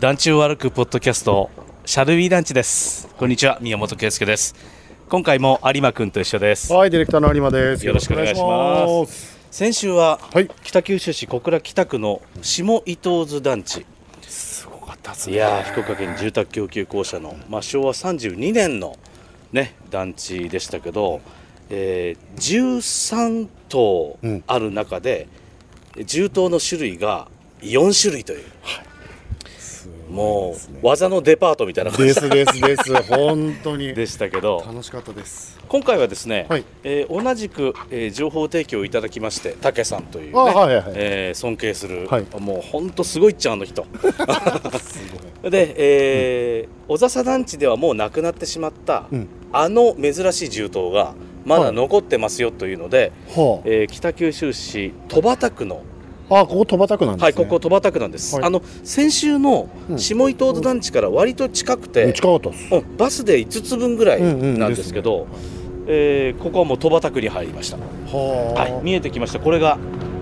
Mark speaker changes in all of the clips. Speaker 1: 団地を歩くポッドキャストシャルウィ団地ですこんにちは宮本圭介です今回も有馬くんと一緒です
Speaker 2: はい、ディレクターの有馬です。
Speaker 1: よろしくお願いします
Speaker 2: よろくお願いします。
Speaker 1: 先週は、
Speaker 2: はい
Speaker 1: 北九州市小倉北区の下伊東津団地
Speaker 2: すごかったです
Speaker 1: い
Speaker 2: ね。
Speaker 1: やー福岡県住宅供給公社の、まあ、昭和32年の、ね、団地でしたけど、えー13棟
Speaker 2: うん
Speaker 1: ある中で、銃刀の種類が4種類という、もう技のデパートみたいな感
Speaker 2: で
Speaker 1: じ
Speaker 2: すです です。本当に。
Speaker 1: でしたけど
Speaker 2: 楽しかったです。
Speaker 1: 今回はですね、
Speaker 2: はい
Speaker 1: えー同じく、えー情報提供をいただきまして武さんという、ね
Speaker 2: あはいはいはい
Speaker 1: えー尊敬する、
Speaker 2: はい
Speaker 1: もう本当すごいっちゃあの 人。で、えー小笹団地ではもうなくなってしまった、
Speaker 2: うん
Speaker 1: あの珍しい銃刀がまだ残ってますよというので、
Speaker 2: は
Speaker 1: えー北九州市戸畑区の、
Speaker 2: あ、あここ戸畑区なんですね。
Speaker 1: はい、ここ戸畑区なんです、
Speaker 2: はい
Speaker 1: あの先週の
Speaker 2: うん
Speaker 1: 下伊東津団地から割と近くて、
Speaker 2: 近かったです。
Speaker 1: うんバスで5つ分ぐらいなんですけど、
Speaker 2: うんうん
Speaker 1: えーここはもう戸畑区に入りました、はい、
Speaker 2: は
Speaker 1: 見えてきましたこれが、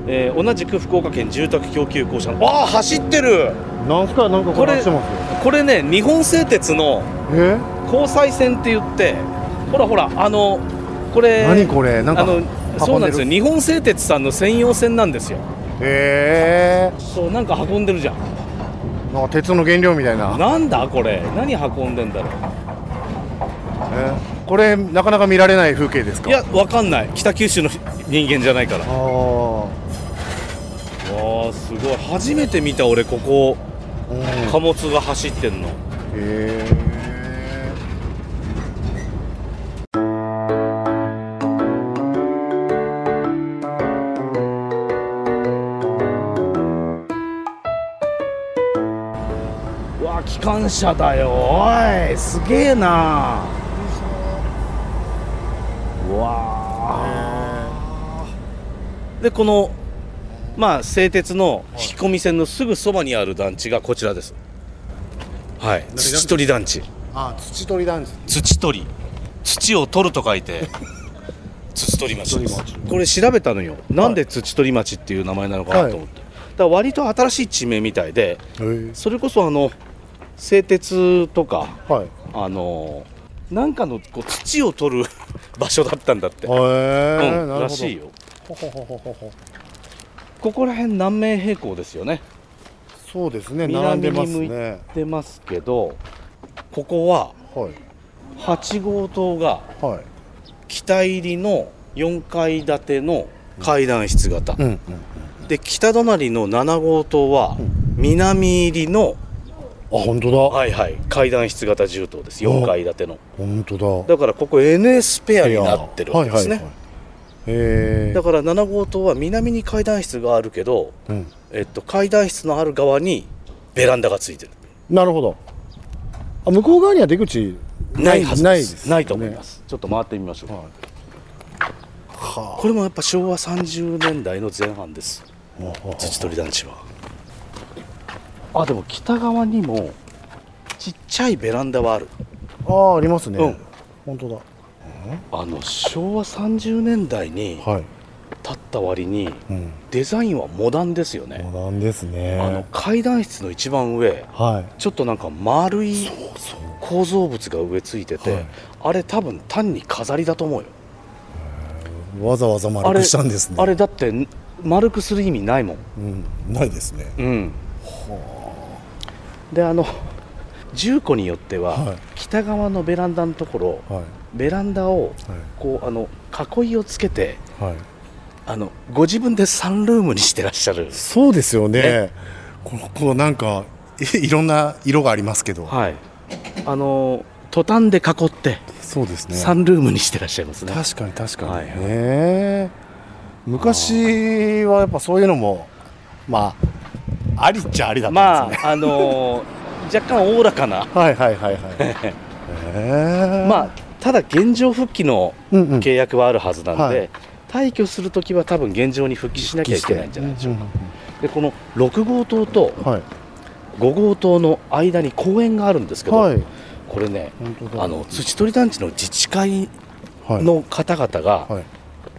Speaker 1: えー同じく福岡県住宅供給公社のああ走ってる
Speaker 2: あ。なんすかなんかこ
Speaker 1: これ
Speaker 2: れしてます
Speaker 1: これね日本製鉄の
Speaker 2: よ。
Speaker 1: 交際線って言ってほらほらあのこ
Speaker 2: え？
Speaker 1: れ
Speaker 2: 何これ？なんか
Speaker 1: あのそうなんですよ
Speaker 2: 運でる
Speaker 1: 日本製鉄さんの専用線なんですよ
Speaker 2: え
Speaker 1: そうなんか運んでるじゃん
Speaker 2: え。なんか鉄の原料みたいな。
Speaker 1: なんだこれ何運んでんだろ
Speaker 2: えーこれなかなか見られない風景です
Speaker 1: う
Speaker 2: か？
Speaker 1: いやわかんない北九州の人間じゃないから
Speaker 2: あー。
Speaker 1: わあすごい初めて見た俺ここ
Speaker 2: うん。
Speaker 1: 貨物が走ってんの
Speaker 2: ええ。
Speaker 1: うわあ機関車だよおいすげえなうわあでこのまあ製鉄の引き込み線のすぐそばにある団地がこちらですはい土取り団地
Speaker 2: あ、土取り団地。
Speaker 1: 土取り土を取ると書いて 土取り町です
Speaker 2: 土取
Speaker 1: これ調べたのよなんで土取り町っていう名前なのかなと思って、だから割と新しい地名みたいで
Speaker 2: え
Speaker 1: それこそあの製鉄とか
Speaker 2: え。はい。
Speaker 1: あのなんかのこう土を取る 場所だったんだって、
Speaker 2: ええ。
Speaker 1: うん
Speaker 2: なるほど
Speaker 1: らしいよ
Speaker 2: ほほほほほほ
Speaker 1: ここら辺南名平行ですよね
Speaker 2: そうですね並ん
Speaker 1: 南
Speaker 2: で
Speaker 1: に
Speaker 2: ます
Speaker 1: 向い
Speaker 2: ね
Speaker 1: てますけどここは
Speaker 2: はい
Speaker 1: 8号棟が
Speaker 2: はい
Speaker 1: 北入りの4階建ての階段室型、
Speaker 2: うんうん
Speaker 1: で北隣の7号棟は南入りの、
Speaker 2: あ本当だ
Speaker 1: はいはい、階段室型住棟です4階建ての
Speaker 2: 本当だ
Speaker 1: だからここ NS ペアになってるわけですね、
Speaker 2: はいはいはいへえ
Speaker 1: だから7号棟は南に階段室があるけど、
Speaker 2: うん
Speaker 1: えっと、階段室のある側にベランダがついてる
Speaker 2: なるほどあ向こう側には出口
Speaker 1: ないはずです
Speaker 2: な
Speaker 1: ないい
Speaker 2: です
Speaker 1: と思いますちょっと回ってみましょう、
Speaker 2: はいは
Speaker 1: これもやっぱ昭和30年代の前半です
Speaker 2: あはあは
Speaker 1: 土取り団地はあでも北側にもちっちゃいベランダはある
Speaker 2: あああありますね
Speaker 1: うん
Speaker 2: 本当だ
Speaker 1: あの昭和30年代に
Speaker 2: はい
Speaker 1: 建った割に
Speaker 2: うん
Speaker 1: デザインはモダンですよね、
Speaker 2: モダンですね
Speaker 1: あの階段室の一番上
Speaker 2: はい
Speaker 1: ちょっとなんか丸い
Speaker 2: そう
Speaker 1: 構造物が植えついてて、
Speaker 2: はい
Speaker 1: あれ多分単に飾りだと思うよ
Speaker 2: わざわざ
Speaker 1: あ
Speaker 2: 丸
Speaker 1: れ
Speaker 2: くしたんですね
Speaker 1: あれだってん丸くする意味ないもん
Speaker 2: うんないですね
Speaker 1: うんであの住戸によっては、
Speaker 2: はい
Speaker 1: 北側のベランダのところ
Speaker 2: はい
Speaker 1: ベランダを
Speaker 2: はい
Speaker 1: こうあの囲いをつけて
Speaker 2: はい
Speaker 1: あのご自分でサンルームにしてらっしゃる
Speaker 2: そうですよね。このこのなんかいいろんな色がありますけど、
Speaker 1: はいあのトタンで囲って
Speaker 2: そうですね。
Speaker 1: サンルームにしてらっしゃいますね
Speaker 2: 確かに確かにね。
Speaker 1: は
Speaker 2: 昔はやっぱそういうのもまあありっちゃありだったん
Speaker 1: ま
Speaker 2: ですね。
Speaker 1: ああの若干おおらかな
Speaker 2: はいはいはいはい。えー
Speaker 1: まあただ現状復帰の
Speaker 2: うんうん
Speaker 1: 契約はあるはずなんで、
Speaker 2: はい
Speaker 1: 退去するときは多分現状に復帰しなきゃいけないんじゃないでしょうか、
Speaker 2: うん
Speaker 1: でこの6号棟と
Speaker 2: うんうんはい
Speaker 1: 5号棟の間に公園があるんですけど、
Speaker 2: はい
Speaker 1: これね
Speaker 2: 本当だ
Speaker 1: あの土取り団地の自治会
Speaker 2: はい
Speaker 1: の方々が、
Speaker 2: はい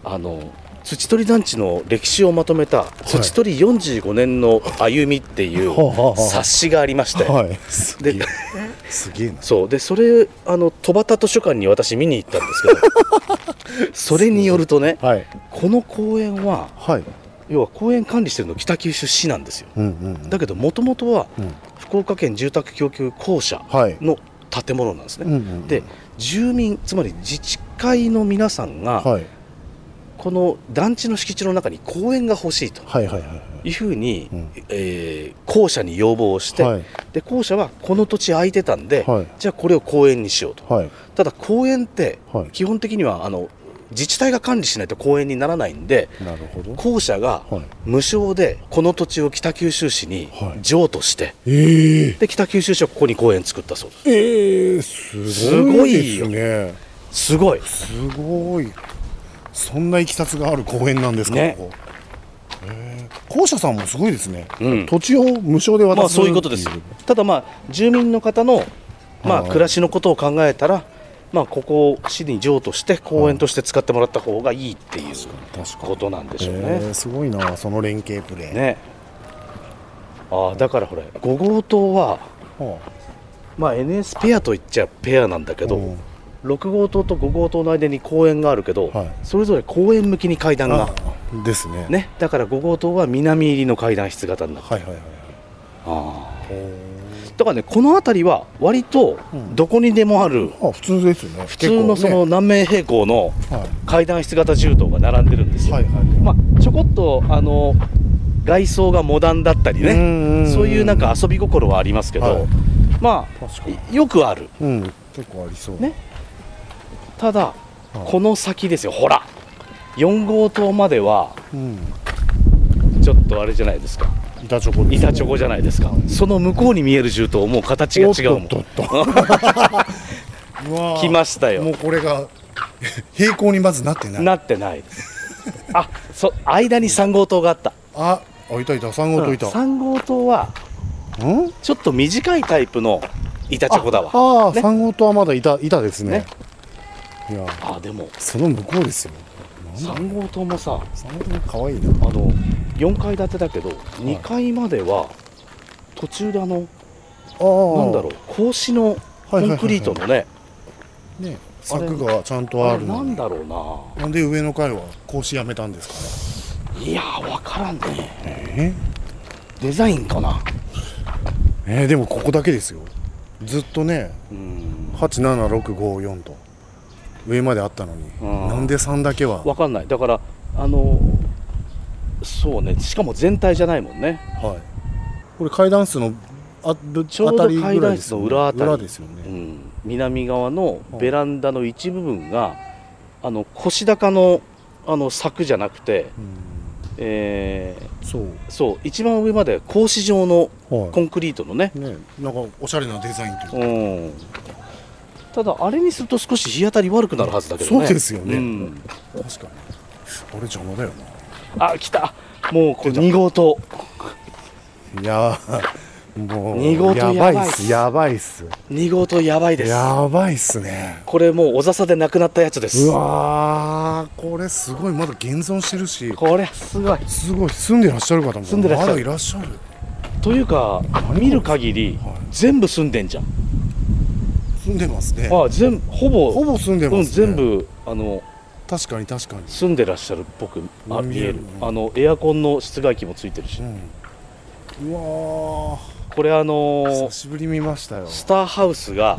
Speaker 1: あの土取団地の歴史をまとめた「土取45年の歩み」っていう
Speaker 2: ほうほうほう
Speaker 1: 冊子がありまして、
Speaker 2: はいすげえ
Speaker 1: です
Speaker 2: げえな
Speaker 1: そうでそれあの戸端図書館に私見に行ったんです けどそれによるとね
Speaker 2: はい
Speaker 1: この公園は
Speaker 2: はい
Speaker 1: 要は公園管理してるの北九州市なんですよ
Speaker 2: うんうん
Speaker 1: だけどもともとは
Speaker 2: うん
Speaker 1: 福岡県住宅供給公社
Speaker 2: はい
Speaker 1: の建物なんです
Speaker 2: うんう
Speaker 1: ね、
Speaker 2: ん
Speaker 1: で住民つまり自治会の皆さんが
Speaker 2: はい
Speaker 1: この団地の敷地の中に公園が欲しいと
Speaker 2: はいはいはい
Speaker 1: いうふうに、
Speaker 2: うん
Speaker 1: えー公社に要望をして、
Speaker 2: はい
Speaker 1: で公社はこの土地空いてたんで、
Speaker 2: はい
Speaker 1: じゃあこれを公園にしようと
Speaker 2: はい
Speaker 1: ただ公園って
Speaker 2: はい
Speaker 1: 基本的にはあの自治体が管理しないと公園にならないんで
Speaker 2: なるほど
Speaker 1: 公社が
Speaker 2: はい
Speaker 1: 無償でこの土地を北九州市に
Speaker 2: はい
Speaker 1: 譲渡して、
Speaker 2: ええ
Speaker 1: で北九州市はここに公園作ったそうで
Speaker 2: ええすごいです
Speaker 1: ご
Speaker 2: すね
Speaker 1: すすごい
Speaker 2: すごいそんないきさつがある公園なんですか、
Speaker 1: ね
Speaker 2: ここへえ校舎さんもすごいですね、
Speaker 1: うん
Speaker 2: 土地を無償で渡す
Speaker 1: まあそういうことです
Speaker 2: ってい
Speaker 1: ただまあ住民の方のまあ
Speaker 2: はい
Speaker 1: 暮らしのことを考えたらまあここを市に譲渡して公園として使ってもらった方がいいっていう
Speaker 2: う確かに
Speaker 1: ことなんでしょう
Speaker 2: へ
Speaker 1: ね
Speaker 2: えすごいなその連携プレー、
Speaker 1: ねああだからほれ5号棟は
Speaker 2: は
Speaker 1: まあ NS ペアといっちゃペアなんだけど、
Speaker 2: うん
Speaker 1: 6号棟と5号棟の間に公園があるけど、
Speaker 2: はい
Speaker 1: それぞれ公園向きに階段
Speaker 2: あ
Speaker 1: が、
Speaker 2: あですね
Speaker 1: ね、だから5号棟は南入りの階段室型になって
Speaker 2: はいはいはいはい
Speaker 1: ああ
Speaker 2: へ
Speaker 1: だからねこの辺りは割と
Speaker 2: うん
Speaker 1: どこにでもある
Speaker 2: えあ普通ですね
Speaker 1: 普通の
Speaker 2: 結
Speaker 1: そ
Speaker 2: 構
Speaker 1: の
Speaker 2: ね
Speaker 1: 南面平行の
Speaker 2: はい
Speaker 1: 階段室型銃刀が並んでるんですよ、
Speaker 2: はいはい
Speaker 1: まあ、ちょこっとあの外装がモダンだったり
Speaker 2: うん
Speaker 1: ね
Speaker 2: うんん
Speaker 1: そういうなんか遊び心はありますけど、
Speaker 2: はい
Speaker 1: ま
Speaker 2: 確かに
Speaker 1: あよくある
Speaker 2: うん結構ありそう
Speaker 1: ねただ、
Speaker 2: はい
Speaker 1: この先ですよほら4号棟までは
Speaker 2: うん
Speaker 1: ちょっとあれじゃないですか
Speaker 2: 板チョコですね
Speaker 1: 板チョコじゃないですかその向こうに見える銃ともう形が違うもん
Speaker 2: おっとっとっとうわ ー
Speaker 1: 来ましたよ
Speaker 2: もうこれが 平行にまずなってない
Speaker 1: なってないあそ間に3号棟があった
Speaker 2: ああいたいた3号といた、
Speaker 1: 3号棟は
Speaker 2: うん
Speaker 1: ちょっと短いタイプの板チョコだわ
Speaker 2: ああ、
Speaker 1: ね
Speaker 2: 三号とはまだいたいたですね
Speaker 1: ね
Speaker 2: いや
Speaker 1: あでも
Speaker 2: その向こうですよなんだ
Speaker 1: 3号棟もさ
Speaker 2: 三号とかわいいな
Speaker 1: あの4階建てだけど2階までは途中であの
Speaker 2: ああ
Speaker 1: なんだろう格子のコンクリートのね
Speaker 2: うね柵がちゃんとあ
Speaker 1: あれ
Speaker 2: る
Speaker 1: な
Speaker 2: の
Speaker 1: ん
Speaker 2: に
Speaker 1: だろうな
Speaker 2: なんで上の階は格子やめたんですか
Speaker 1: いやー分からんね
Speaker 2: ね
Speaker 1: デザインかな
Speaker 2: えー、えーでもここだけですよずっとね
Speaker 1: うん
Speaker 2: 87654と上まであったのに
Speaker 1: うん
Speaker 2: なんで3だけは
Speaker 1: わかんないだからあのそうねしかも全体じゃないもんね
Speaker 2: はい。これ階段数のあぶ
Speaker 1: ちょう
Speaker 2: あた
Speaker 1: ど
Speaker 2: りぐらい
Speaker 1: 階段室の裏あたり
Speaker 2: ですよね。裏です
Speaker 1: う
Speaker 2: よね。
Speaker 1: ん、南側のベランダの一部分があの腰高のあの柵じゃなくて、
Speaker 2: うん
Speaker 1: えー
Speaker 2: そう。
Speaker 1: そう一番上まで格子状の
Speaker 2: はい
Speaker 1: コンクリートのね、
Speaker 2: ね、なんかおしゃれなデザインというか。
Speaker 1: うん、ただあれにすると少し日当たり悪くなるはずだけどね
Speaker 2: そうですよね
Speaker 1: ん
Speaker 2: 確かに。あれ邪魔だよ
Speaker 1: あ来たもうこれ2号棟
Speaker 2: な。いやー、もう
Speaker 1: 二号棟やばいっす
Speaker 2: やばいっす。
Speaker 1: 2号棟やばいです
Speaker 2: やばいっすね。
Speaker 1: これもうおざさでなくなったやつです
Speaker 2: うわー、これすごいまだ現存してるし、
Speaker 1: これすごい
Speaker 2: すごい住んでらっしゃる方も
Speaker 1: 住んでらっしゃる
Speaker 2: まだいらっしゃる。
Speaker 1: というか見る限り
Speaker 2: はい
Speaker 1: 全部住んでんじゃん、
Speaker 2: 住んでますね。
Speaker 1: あ全ほぼ
Speaker 2: ほぼ住んでますね。
Speaker 1: うん、全。部あの
Speaker 2: 確かに確かに。
Speaker 1: 住んでらっしゃるっぽくあ見
Speaker 2: 見
Speaker 1: え
Speaker 2: え
Speaker 1: る
Speaker 2: る
Speaker 1: あのエアコンの室外機もついてるし、
Speaker 2: うん。うわ
Speaker 1: これあ
Speaker 2: ー、
Speaker 1: の
Speaker 2: 久しぶりに見ましたよ。
Speaker 1: スターハウスが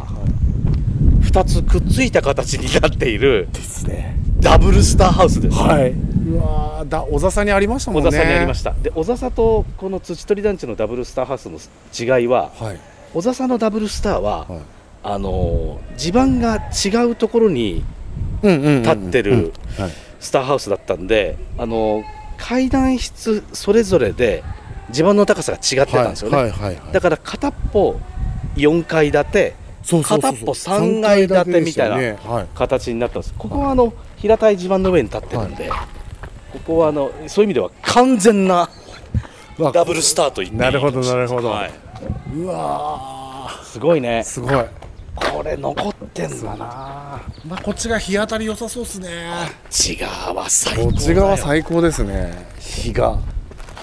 Speaker 1: 2つくっついた形になっている
Speaker 2: ですね。
Speaker 1: ダブルスターハウスです、
Speaker 2: はい。うわーだ小笹にありましたも
Speaker 1: 小
Speaker 2: んね。
Speaker 1: 笹にありましたで小笹とこの土取団地のダブルスターハウスの違いは
Speaker 2: た。はい。
Speaker 1: 小笹のダブルスターは、
Speaker 2: はい。
Speaker 1: あのー地盤が違うところに
Speaker 2: うんうんうんうん
Speaker 1: 立ってる
Speaker 2: はい。
Speaker 1: スターハウスだったんで、あのー階段室それぞれで地盤の高さが違ってたんですよね、
Speaker 2: はいはいはいはい。
Speaker 1: だから片っぽ4階建て
Speaker 2: そうそうそう
Speaker 1: 片っぽ三階建てみたいな
Speaker 2: 三階建てですよねはい。
Speaker 1: 形になったんですここはあの平たい地盤の上に立ってるんで、ここはあのそういう意味では完全な
Speaker 2: うわ
Speaker 1: ダブルスターと言っていい
Speaker 2: なるほどなるほど
Speaker 1: はいう
Speaker 2: わ
Speaker 1: すごいね
Speaker 2: ーすごい。
Speaker 1: これ残ってんだな
Speaker 3: まあ、こっちが日当たり良さそうですね
Speaker 1: 違うわ最高だ
Speaker 2: こ
Speaker 1: よ
Speaker 2: っち側最高ですね日が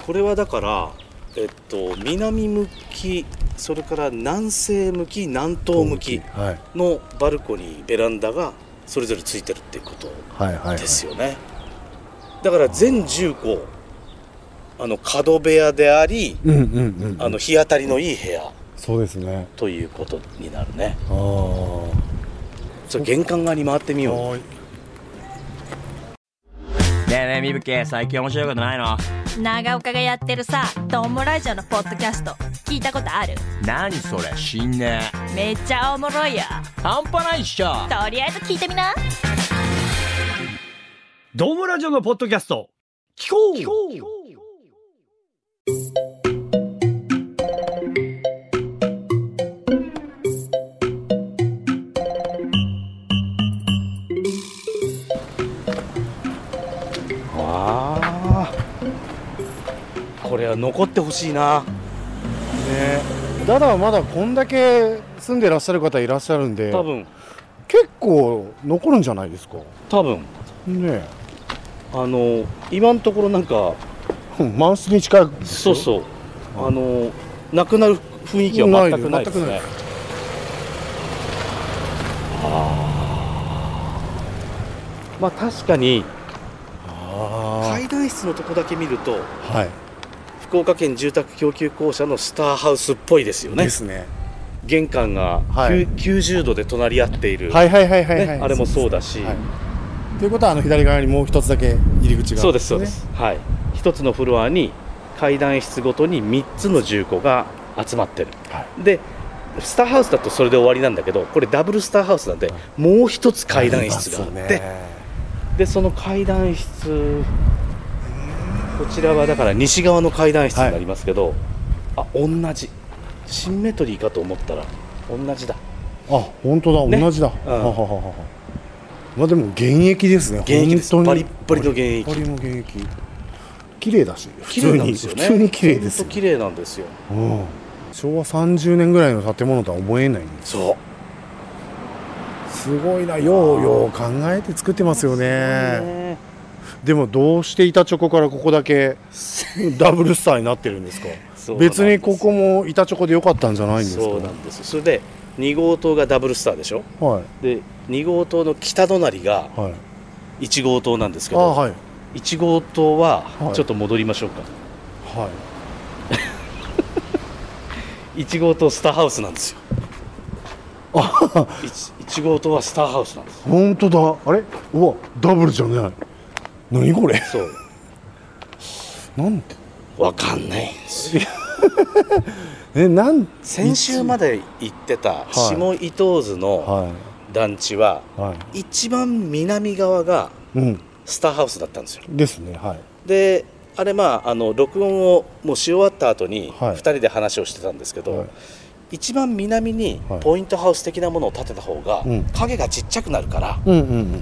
Speaker 1: これはだからえっと南向きそれから南西向き南東向き
Speaker 2: はい
Speaker 1: のバルコニーベランダがそれぞれついてるっていうこと
Speaker 2: はいはい、はい、
Speaker 1: ですよね、だから全10個あの角部屋であり
Speaker 2: うんうんうん
Speaker 1: あの日当たりのいい部屋
Speaker 2: そうですね
Speaker 1: ということになるね
Speaker 2: ああ
Speaker 1: ちょっと玄関側に回ってみよう
Speaker 3: はい
Speaker 4: ねえねえみぶけ最近面白いことないの
Speaker 5: 長岡がやってるさ「トモラジオ」のポッドキャスト聞いたことある
Speaker 4: 何それ死んね
Speaker 5: めっちゃおもろいよ
Speaker 4: え半端ないっしょ
Speaker 5: とりあえず聞いてみな
Speaker 6: ドームラジオのポッドキャスト、聞こう
Speaker 1: わあこれは残ってほしいな
Speaker 2: ねだだまだこんだけ住んでらっしゃる方いらっしゃるんで
Speaker 1: 多分
Speaker 2: 結構残るんじゃないですかね
Speaker 1: 多分
Speaker 2: え
Speaker 1: あの今のところなんか
Speaker 2: うん満室に近い
Speaker 1: そうそうあのなくなる雰囲気は全くないです
Speaker 2: ない
Speaker 1: ねあーまあ確かに
Speaker 2: あ
Speaker 1: 階段室のとこだけ見ると
Speaker 2: あはい、
Speaker 1: 福岡県住宅供給公社のスターハウスっぽいですよね
Speaker 2: ですね
Speaker 1: 玄関が
Speaker 2: はい
Speaker 1: きゅ90度で隣り合っている、
Speaker 2: はいはいはいはい、
Speaker 1: ね
Speaker 2: はい
Speaker 1: あれもそうだし、
Speaker 2: はい、ということはあの左側にもう一つだけ入り口が
Speaker 1: そうですそうです、はい一つのフロアに階段室ごとに3つの住戸が集まってる、
Speaker 2: は
Speaker 1: でスターハウスだとそれで終わりなんだけどこれダブルスターハウスなんで、もう一つ階段室があって、でその階段室こちらはだから西側の階段室になりますけど、あ同じシンメトリーかと思ったら同じだ
Speaker 2: あ本当だ、
Speaker 1: ね
Speaker 2: 同じだ、
Speaker 1: ん
Speaker 2: はははははまあでも現役ですね
Speaker 1: 現役です
Speaker 2: 本当
Speaker 1: バ
Speaker 2: に
Speaker 1: リッバリの現役
Speaker 2: バリの現役綺麗だし
Speaker 1: 綺麗なんですよね
Speaker 2: 普通に綺麗です
Speaker 1: ほ
Speaker 2: よ
Speaker 1: んと綺麗なんですよ
Speaker 2: うん昭和30年ぐらいの建物とは思えないんです
Speaker 1: そう
Speaker 2: すごいなようよう考えて作ってますよね
Speaker 1: ね
Speaker 2: でもどうして板チョコからここ だけダブルスターになってるんですか
Speaker 1: そうなんです
Speaker 2: 別にここも板チョコで良かったんじゃないんですか
Speaker 1: そうなんですそれで2号棟がダブルスターでしょ
Speaker 2: はい
Speaker 1: で2号棟の北隣が
Speaker 2: はい
Speaker 1: 1号棟なんですけ
Speaker 2: あ
Speaker 1: ど、
Speaker 2: はい
Speaker 1: 1号棟は
Speaker 2: はい
Speaker 1: ちょっと戻りましょうか、
Speaker 2: はい
Speaker 1: 1号棟スターハウスなんですよ 1, 号棟はスターハウスなんです
Speaker 2: 本当だあれうわダブルじゃない何これ
Speaker 1: そう
Speaker 2: なんて
Speaker 1: わかんないんですよ
Speaker 2: えなん
Speaker 1: 先週まで行ってた下伊東図の
Speaker 2: は
Speaker 1: 団地はい
Speaker 2: は
Speaker 1: 一番南側が
Speaker 2: いうん
Speaker 1: スターハウスだったんですよ
Speaker 2: ですねはい
Speaker 1: であれまああの録音をもうし終わった後に
Speaker 2: はい
Speaker 1: 2人で話をしてたんですけど、
Speaker 2: はい
Speaker 1: 一番南に
Speaker 2: はい
Speaker 1: ポイントハウス的なものを建てた方が
Speaker 2: うん
Speaker 1: 影がちっちゃくなるから、
Speaker 2: うんうん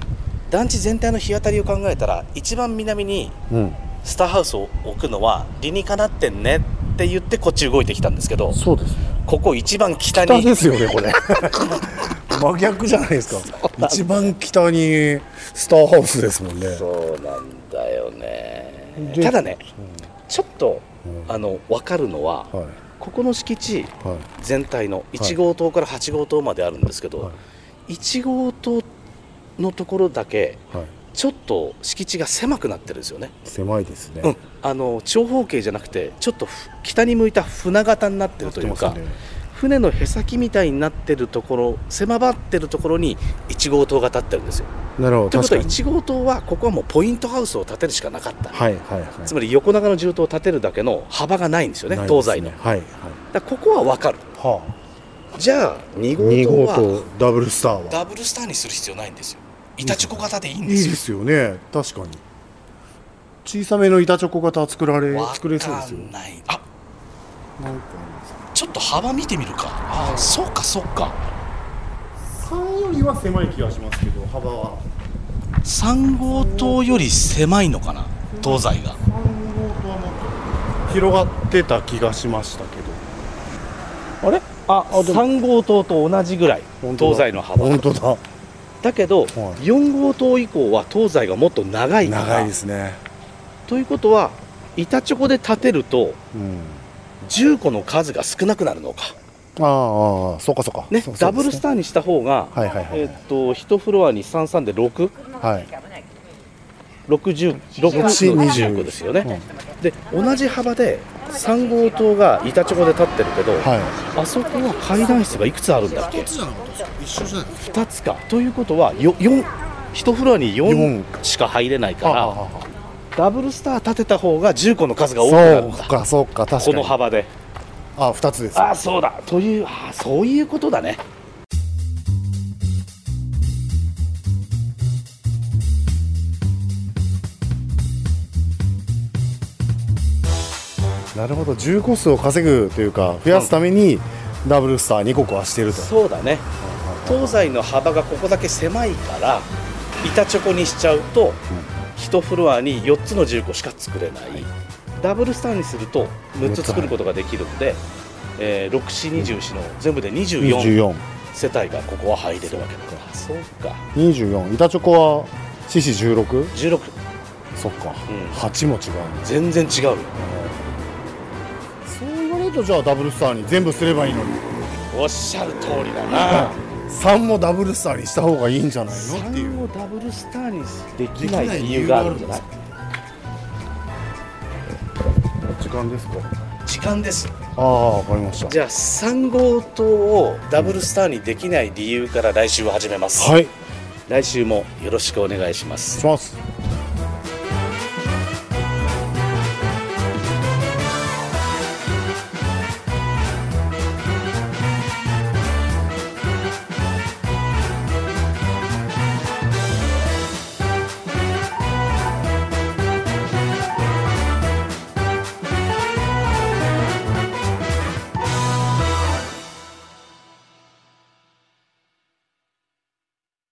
Speaker 1: 団地全体の日当たりを考えたら一番南に
Speaker 2: うんうん
Speaker 1: スターハウスを置くのは理にかなってんねって言ってこっち動いてきたんですけど
Speaker 2: そうです
Speaker 1: ここ一番北
Speaker 2: 北
Speaker 1: に
Speaker 2: ですよねこれ 真逆じゃないですか一番北にスターハウスですもんね
Speaker 1: そうなんだよね
Speaker 2: で
Speaker 1: ただねちょっとあの分かるのは、
Speaker 2: はい
Speaker 1: ここの敷地
Speaker 2: はい
Speaker 1: 全体の1号棟から8号棟まであるんですけど、
Speaker 2: はい
Speaker 1: 1号棟のところだけ
Speaker 2: はい
Speaker 1: ちょっと敷地が狭くなってるんですよね、
Speaker 2: 狭いですね
Speaker 1: うん、あの長方形じゃなくてちょっとふ北に向いた船型になってるという
Speaker 2: 合
Speaker 1: か、
Speaker 2: ってますね
Speaker 1: 船のへさきみたいになってるところ狭まってるところに1号棟が建ってるんですよ
Speaker 2: なるほど
Speaker 1: ということは
Speaker 2: 確か
Speaker 1: 1
Speaker 2: に
Speaker 1: 号棟はここはもうポイントハウスを建てるしかなかった、
Speaker 2: はいはいはい
Speaker 1: つまり横長の銃刀を建てるだけの幅がないんですよね
Speaker 2: ないですね
Speaker 1: 東西の
Speaker 2: はいはい
Speaker 1: だからここは分かる
Speaker 2: は
Speaker 1: じゃあ2
Speaker 2: あ2
Speaker 1: 号
Speaker 2: 号
Speaker 1: 棟は
Speaker 2: とダブルスターは
Speaker 1: ダブルスターにする必要ないんですよ板チョコ型でいいん
Speaker 2: いい
Speaker 1: で
Speaker 2: です
Speaker 1: よ
Speaker 2: すよね確かに小さめの板チョコ型作られ作れそう
Speaker 1: わ
Speaker 2: で
Speaker 1: か
Speaker 2: すよ
Speaker 1: んないあ
Speaker 2: なんか
Speaker 1: ちょっと幅見てみるかああそうかそうか
Speaker 2: 3よりは狭い気がしますけど幅は
Speaker 1: 3号棟より狭いのかな東西が
Speaker 2: 3号とはもっと広がってた気がしましたけどあれ
Speaker 1: あ
Speaker 2: あでも
Speaker 1: 3号棟と同じぐらい
Speaker 2: 本当だ
Speaker 1: 東西の幅
Speaker 2: 本当だ
Speaker 1: だけど、4号棟以降は東西がもっと長いから
Speaker 2: 長いですね
Speaker 1: ということは板チョコで建てると
Speaker 2: うん
Speaker 1: 10個の数が少なくなるのか、
Speaker 2: ああああそうかそうか
Speaker 1: ね
Speaker 2: そうそうです
Speaker 1: ダブルスターにした方が、
Speaker 2: はいはいはい
Speaker 1: えっと1フロアに33で660
Speaker 2: はい
Speaker 1: 個ですよね、で同じ幅で3号棟が板チョコで立ってるけど、
Speaker 2: は
Speaker 1: あそこは階段室がいくつあるんだっけ
Speaker 7: 一つじゃなかったですか一緒じゃないですか
Speaker 1: 2つかということはよ4 1フロアに4しか入れない
Speaker 2: いあ
Speaker 1: か
Speaker 2: ああ
Speaker 1: ら
Speaker 2: あ
Speaker 1: ダブルスター立てた方が10個の数が多くなる
Speaker 2: そ
Speaker 1: ん
Speaker 2: う
Speaker 1: だ
Speaker 2: かそうか確か
Speaker 1: こ
Speaker 2: に
Speaker 1: の幅で
Speaker 2: あ二つです
Speaker 1: ああそうだというああそういうことだね
Speaker 2: なるほど重個数を稼ぐというか増やすためにダブルスター二個はしてると
Speaker 1: そうだね東西の幅がここだけ狭いから板チョコにしちゃうと1フロアに4つの10個しか作れないダブルスターにすると6つ作ることができるので、えー、6424の全部で24
Speaker 2: 24
Speaker 1: 世帯がここは入れるわけだからそうか
Speaker 2: 24板チョコは獅子16
Speaker 1: 16
Speaker 2: そっか、
Speaker 1: うん
Speaker 2: 八8も違う
Speaker 1: 全然違うよ
Speaker 2: そう言われるとじゃあダブルスターに全部すればいいのに
Speaker 1: おっしゃる通りだな
Speaker 2: 3もダブルスターにした方がいいんじゃないのっていう
Speaker 1: 3をダブルスターにできない理由があるんじゃない
Speaker 2: 時間ですか
Speaker 1: 時間です
Speaker 2: ああわかりました
Speaker 1: じゃあ3号棟をダブルスターにできない理由から来週は始めます、
Speaker 2: はい
Speaker 1: 来週もよろしくお願いします
Speaker 2: します